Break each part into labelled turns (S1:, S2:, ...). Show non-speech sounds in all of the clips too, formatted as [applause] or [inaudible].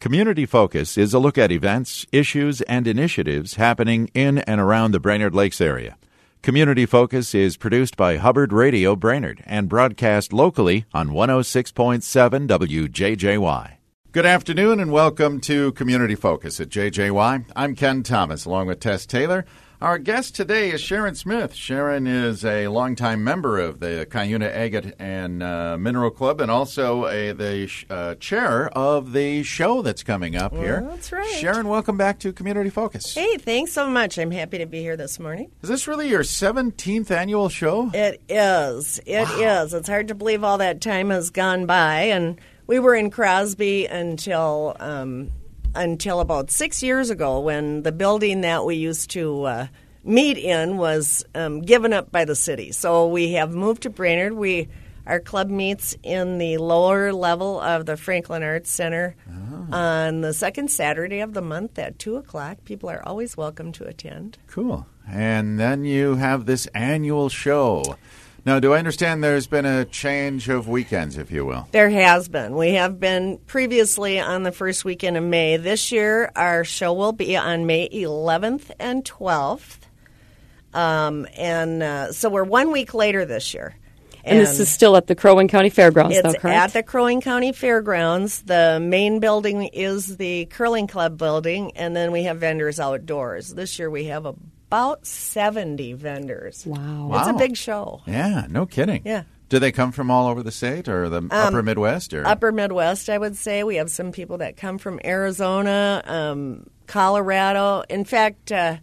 S1: Community Focus is a look at events, issues, and initiatives happening in and around the Brainerd Lakes area. Community Focus is produced by Hubbard Radio Brainerd and broadcast locally on 106.7 WJJY. Good afternoon and welcome to Community Focus at JJY. I'm Ken Thomas along with Tess Taylor. Our guest today is Sharon Smith. Sharon is a longtime member of the Cuyuna Agate and uh, Mineral Club and also a, the sh- uh, chair of the show that's coming up here.
S2: that's right.
S1: Sharon, welcome back to Community Focus.
S2: Hey, thanks so much. I'm happy to be here this morning.
S1: Is this really your 17th annual show?
S2: It is. It is. It's hard to believe all that time has gone by, and we were in Crosby until um, until about six years ago when the building that we used to uh, meet in was um, given up by the city. So we have moved to Brainerd. We our club meets in the lower level of the Franklin Arts Center on the second Saturday of the month at two o'clock. People are always welcome to attend.
S1: Cool. And then you have this annual show. Now, do I understand there's been a change of weekends, if you will?
S2: There has been. We have been previously on the first weekend of May. This year, our show will be on May 11th and 12th. Um, and uh, so we're one week later this year.
S3: And, this is still at the Crow Wing County Fairgrounds, though,
S2: it's at
S3: correct?
S2: the Crow Wing County Fairgrounds. The main building is the Curling Club building, and then we have vendors outdoors. This year, we have about 70 vendors.
S3: wow.
S2: It's a
S1: Wow.
S2: big show.
S1: Yeah, no kidding.
S2: Yeah. Um,
S1: Do they come from all over the state or the upper Midwest? Or?
S2: upper Midwest, I would say. We have some people that come from Arizona, um, Colorado. In fact, uh,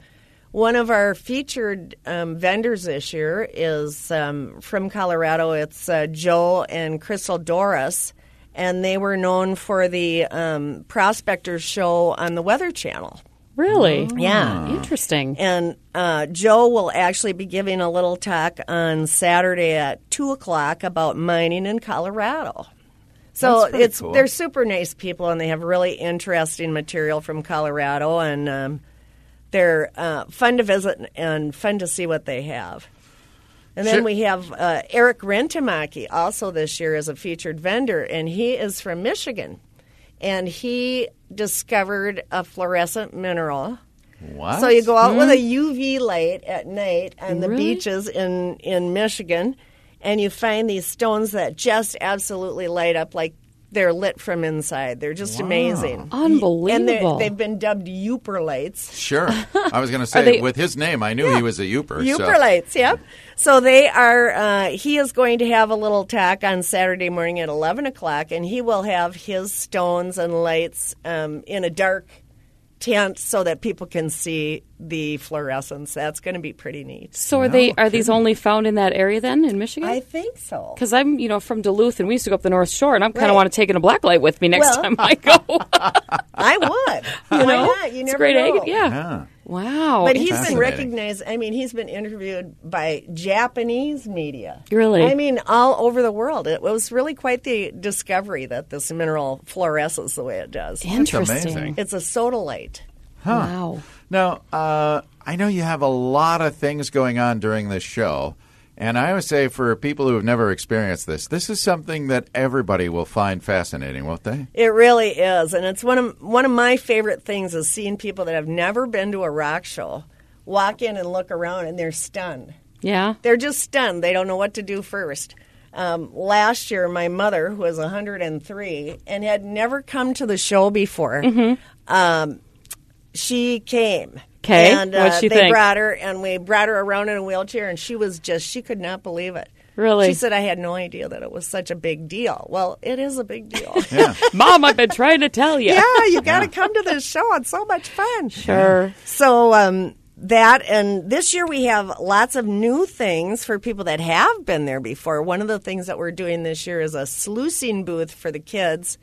S2: one of our featured um, vendors this year is um, from Colorado. It's uh, Joel and Crystal Doris, and they were known for the um, Prospectors show on the Weather Channel.
S3: Really?
S2: Mm-hmm.
S3: Ah.
S2: Yeah.
S3: Interesting.
S1: Mm-hmm.
S2: And uh, Joe will actually be giving a little talk on Saturday at two o'clock about mining in Colorado. So
S1: That's pretty
S2: it's
S1: cool.
S2: they're super nice people, and they have really interesting material from Colorado, and um, they're uh, fun to visit and fun to see what they have. And then
S1: Sure.
S2: we have uh, Eric Rentamaki also this year as a featured vendor, and he is from Michigan, and he discovered a fluorescent mineral.
S1: What?
S2: So you go out with a UV light at night on the
S3: Really?
S2: beaches in, in Michigan, and you find these stones that just absolutely light up like they're lit from inside. They're just amazing. And they-
S3: Unbelievable.
S2: they've been dubbed Uperlights.
S1: Sure. I was
S3: [laughs]
S1: going to say,
S3: they-
S1: with his name, I knew he was a Uper. so-
S2: Uperlights, yep. So they are, uh, he is going to have a little talk on Saturday morning at 11 o'clock, and he will have his stones and lights um, in a dark tent so that people can see the fluorescence. That's going to be pretty neat.
S3: So are they? Are these only found in that area then in
S2: I
S3: Michigan?
S2: think so.
S3: Because I'm, you know, from Duluth, and we used to go up the North Shore, and I'm kind
S2: Right.
S3: of want to taking a black light with me next
S2: Well.
S3: time
S2: [laughs]
S3: I go.
S2: I
S3: [laughs]
S2: would. Why
S3: know?
S2: not? You
S3: It's
S2: never
S3: great
S2: know.
S3: agate, yeah.
S1: Yeah.
S3: Wow.
S2: But he's been
S1: Fascinating.
S2: recognized. I mean, he's been interviewed by Japanese media.
S3: Really?
S2: I mean, all over the world. It was really quite the discovery that this mineral fluoresces the way it does.
S3: interesting.
S1: amazing.
S2: It's a sodalite.
S3: Wow.
S1: Now, uh, I know you have a lot of things going on during this show. And I always say, for people who have never experienced this, this is something that everybody will find fascinating, won't they?
S2: It really is, and it's one of one of my favorite things is seeing people that have never been to a rock show walk in and look around, and they're stunned.
S3: Yeah.
S2: they're just stunned. They don't know what to do first. Um, last year, my mother, who was 103 and had never come to the show before,
S3: Mm-hmm.
S2: um, she came.
S3: 'Kay.
S2: And uh,
S3: What'd she
S2: they
S3: think?
S2: brought her, and we brought her around in a wheelchair, and she was just, she could not believe it.
S3: Really?
S2: She said, I had no idea that it was such a big deal. Well, it is a big deal.
S1: Yeah.
S3: Mom, I've been trying to tell
S2: [laughs]
S3: you.
S2: yeah, you got to come to this show. It's so much fun.
S3: Sure.
S2: So um, that and this year we have lots of new things for people that have been there before. One of the things that we're doing this year is a sluicing booth for the kids,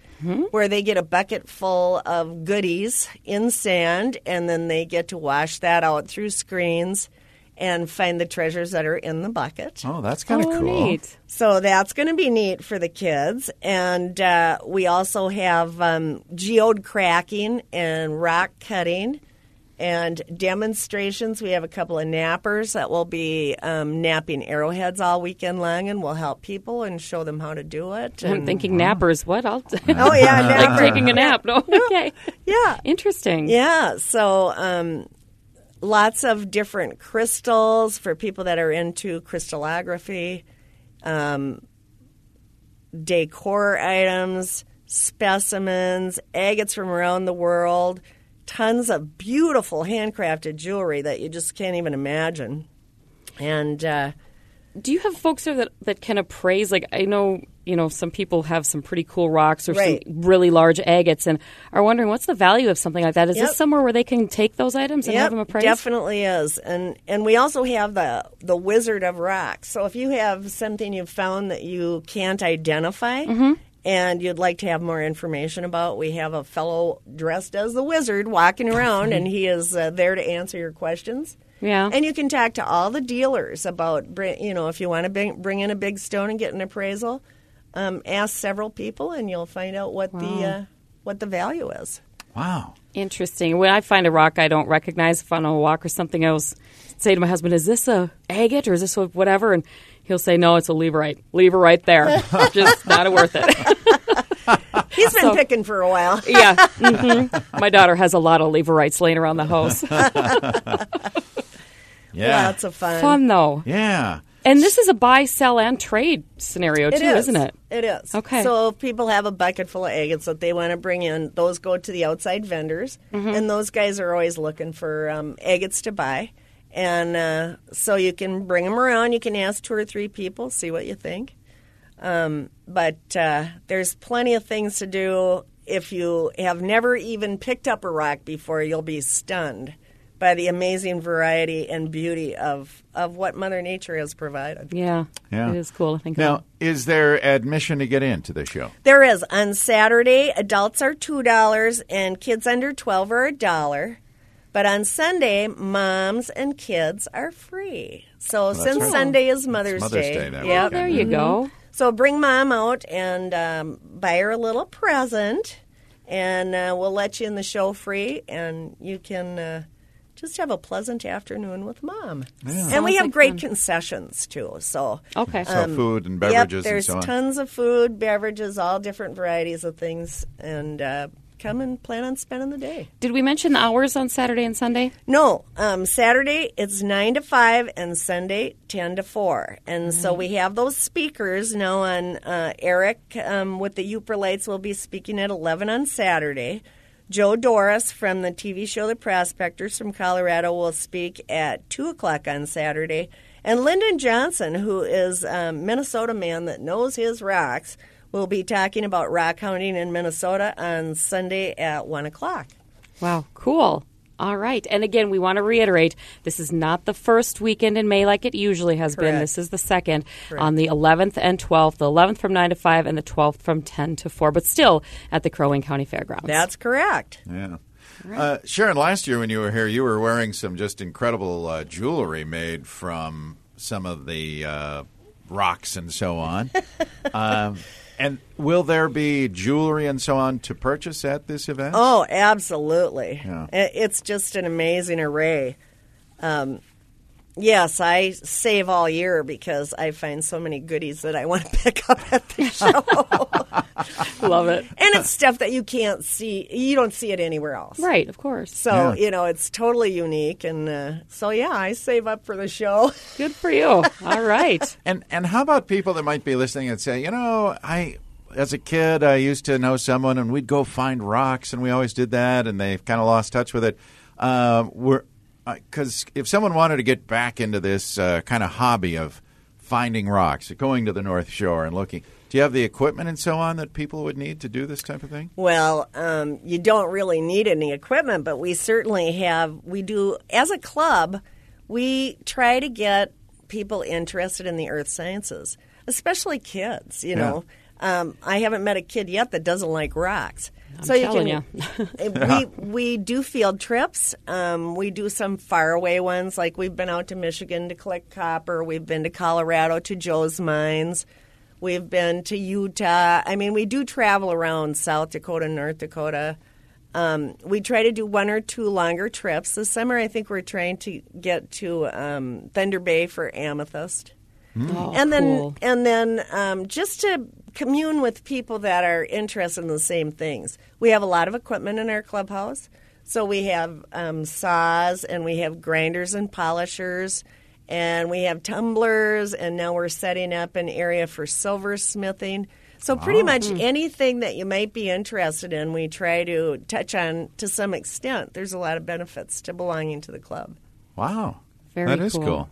S2: where they get a bucket full of goodies in sand, and then they get to wash that out through screens and find the treasures that are in the bucket.
S1: Oh, that's kind of
S3: oh,
S1: cool.
S3: neat.
S2: So that's going to be neat for the kids. And uh, we also have um, geode cracking and rock cutting and demonstrations. We have a couple of nappers that will be um, napping arrowheads all weekend long, and we'll help people and show them how to do it.
S3: I'm
S2: and-
S3: thinking nappers. What? I'll
S2: Mm-hmm. Oh yeah, napper.
S3: [laughs] like taking a
S2: [laughs]
S3: nap. No. Okay.
S2: yeah,
S3: Interesting.
S2: yeah. So um, lots of different crystals for people that are into crystallography, um, decor items, specimens, agates from around the world, tons of beautiful handcrafted jewelry that you just can't even imagine. And uh,
S3: Do you have folks there that, that can appraise? Like, I know, you know, some people have some pretty cool rocks or
S2: Right.
S3: some really large agates and are wondering what's the value of something like that? Is
S2: Yep.
S3: this somewhere where they can take those items and have them appraised?
S2: Definitely is, and and we also have the the Wizard of Rocks. So if you have something you've found that you can't identify.
S3: Mm-hmm.
S2: And you'd like to have more information about? We have a fellow dressed as the wizard walking
S3: [laughs]
S2: around, and he is uh, there to answer your questions.
S3: Yeah.
S2: and you can talk to all the dealers about, bri- you know, if you want to bring, bring in a big stone and get an appraisal, um, ask several people, and you'll find out what the uh, what the value is.
S1: Wow.
S3: Interesting. When I find a rock I don't recognize, if I'm on a walk or something, I will s- say to my husband, "Is this a agate or is this a whatever?" And he'll say, "No, it's a leverite. Leverite there, [laughs] just not worth it." [laughs]
S2: He's been picking for a while. [laughs]
S3: yeah. hmm My daughter has a lot of leverites laying around
S2: [laughs]
S3: the house.
S1: Yeah.
S2: Lots of fun.
S3: Fun though.
S1: yeah.
S3: And this is a buy, sell, and trade scenario
S2: It
S3: too, isn't it?
S2: It is.
S3: Okay.
S2: So if people have a bucket full of agates that they want to bring in, those go to the outside vendors,
S3: Mm-hmm.
S2: and those guys are always looking for um, agates to buy. And uh, so you can bring them around. You can ask two or three people, see what you think. Um, but uh, there's plenty of things to do. If you have never even picked up a rock before, you'll be stunned by the amazing variety and beauty of, of what Mother Nature has provided.
S3: Yeah.
S1: Yeah.
S3: It is cool to think
S1: Now,
S3: about.
S1: is there admission to get into the show?
S2: There is on Saturday. Adults are two dollars, and kids under twelve are a dollar. But on Sunday, moms and kids are free. So since
S1: right.
S2: Sunday is Mother's,
S1: Mother's Day that
S2: yeah.
S3: Oh, there you go.
S2: So bring mom out and um, buy her a little present, and uh, we'll let you in the show free, and you can. Uh, just have a pleasant afternoon with mom, and we
S3: Sounds
S2: have
S3: like
S2: great concessions too. So
S3: Okay. Um,
S1: So food and beverages
S2: Yep, there's
S1: and so on.
S2: tons of food, beverages, all different varieties of things, and uh, come and plan on spending the day.
S3: Did we mention the hours on Saturday and Sunday?
S2: No, um, Saturday it's nine to five, and Sunday ten to four. And so we have those speakers now. On uh, Eric um, with the Uperlights will be speaking at eleven on Saturday. Joe Doris from the TV show The Prospectors from Colorado will speak at two o'clock on Saturday, and Lyndon Johnson, who is a Minnesota man that knows his rocks, will be talking about rock hunting in Minnesota on Sunday at one o'clock.
S3: Wow, cool. All right. And again, we want to reiterate this is not the first weekend in May like it usually has been.
S2: Correct.
S3: This is the second on the 11th and 12th, the 11th from 9 to 5 and the 12th from 10 to 4, but still at the Crow Wing County Fairgrounds.
S2: That's correct.
S1: Yeah. Uh, Sharon, last year when you were here, you were wearing some just incredible uh, jewelry made from some of the uh, rocks and so on. um, and will there be jewelry and so on to purchase at this event?
S2: Oh, absolutely.
S1: Yeah.
S2: I- It's just an amazing array. Um, yes, I save all year because I find so many goodies that I want to [laughs] pick up at the show.
S3: Love it.
S2: and it's stuff that you can't see, you don't see it anywhere else.
S3: Right, of course.
S2: So,
S1: Yeah.
S2: you know, it's totally unique. And uh, so, yeah, I save up for the show. [laughs]
S3: Good for you. All right. [laughs]
S1: And and how about people that might be listening and say, you know, I as a kid I used to know someone and we'd go find rocks and we always did that and they've kind of lost touch with it. Um, we're because if someone wanted to get back into this uh, kind of hobby of finding rocks, going to the North Shore and looking, do you have the equipment and so on that people would need to do this type of thing?
S2: Well, um, you don't really need any equipment, but we certainly have. We do as a club. We try to get people interested in the earth sciences, especially kids. You know, um, I haven't met a kid yet that doesn't like rocks. so you
S3: telling
S2: can. we we do field trips. Um, we do some faraway ones, like we've been out to Michigan to collect copper. We've been to Colorado to Joe's mines. We've been to Utah. I mean, we do travel around South Dakota, North Dakota, Um, we try to do one or two longer trips. This summer, I think we're trying to get to um, Thunder Bay for amethyst,
S3: Oh,
S2: and then
S3: cool.
S2: and then um, just to commune with people that are interested in the same things. We have a lot of equipment in our clubhouse, so we have um, saws and we have grinders and polishers, and we have tumblers, and now we're setting up an area for silversmithing. So
S3: Oh.
S2: pretty much anything that you might be interested in, we try to touch on to some extent. There's a lot of benefits to belonging to the club.
S1: Wow.
S3: Very
S1: that is
S3: cool.
S1: cool.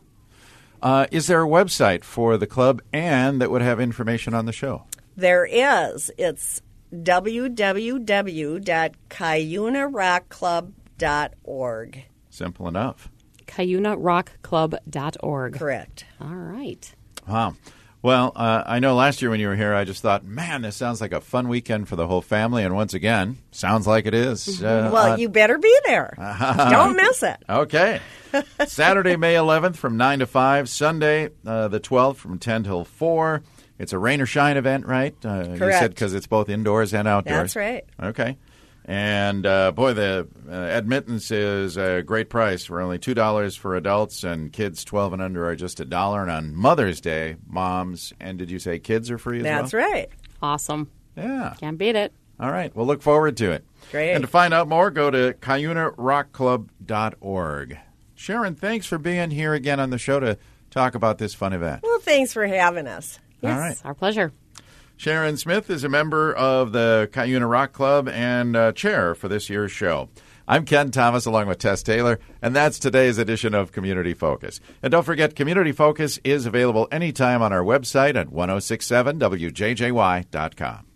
S1: Uh, is there a website for the club and that would have information on the show?
S2: There is. It's www.cuyunarockclub.org.
S1: Simple enough.
S3: CuyunaRockClub.org.
S2: Correct.
S3: All right.
S1: Wow. Well, uh, I know last year when you were here, I just thought, man, this sounds like a fun weekend for the whole family. And once again, sounds like it is. Uh,
S2: Mm-hmm. Well,
S1: on-
S2: you better be
S1: [laughs]
S2: there. Don't miss it. [laughs]
S1: Okay. Saturday, May 11th from 9 to 5. Sunday, uh, the 12th from 10 till 4. It's a rain or shine event, right? Uh, You said
S2: Correct.
S1: because it's both indoors and outdoors.
S2: That's right.
S1: Okay. And uh, boy, the uh, admittance is a great price. We're only $2 for adults, and kids 12 and under are just a dollar. And on Mother's Day, moms, and did you say kids are free as well?
S2: That's right.
S3: Awesome.
S1: Yeah.
S3: Can't beat it.
S1: All right. We'll look forward to it.
S2: Great.
S1: And to find out more, go to cuyunarockclub.org. Sharon, thanks for being here again on the show to talk about this fun event.
S2: Well, thanks for having us.
S1: All
S3: Yes,
S1: right.
S3: our pleasure.
S1: Sharon Smith is a member of the Cuyuna Rock Club and uh, chair for this year's show. I'm Ken Thomas along with Tess Taylor, and that's today's edition of Community Focus. And don't forget, Community oh Focus is available anytime on our website at 1067wjjy.com.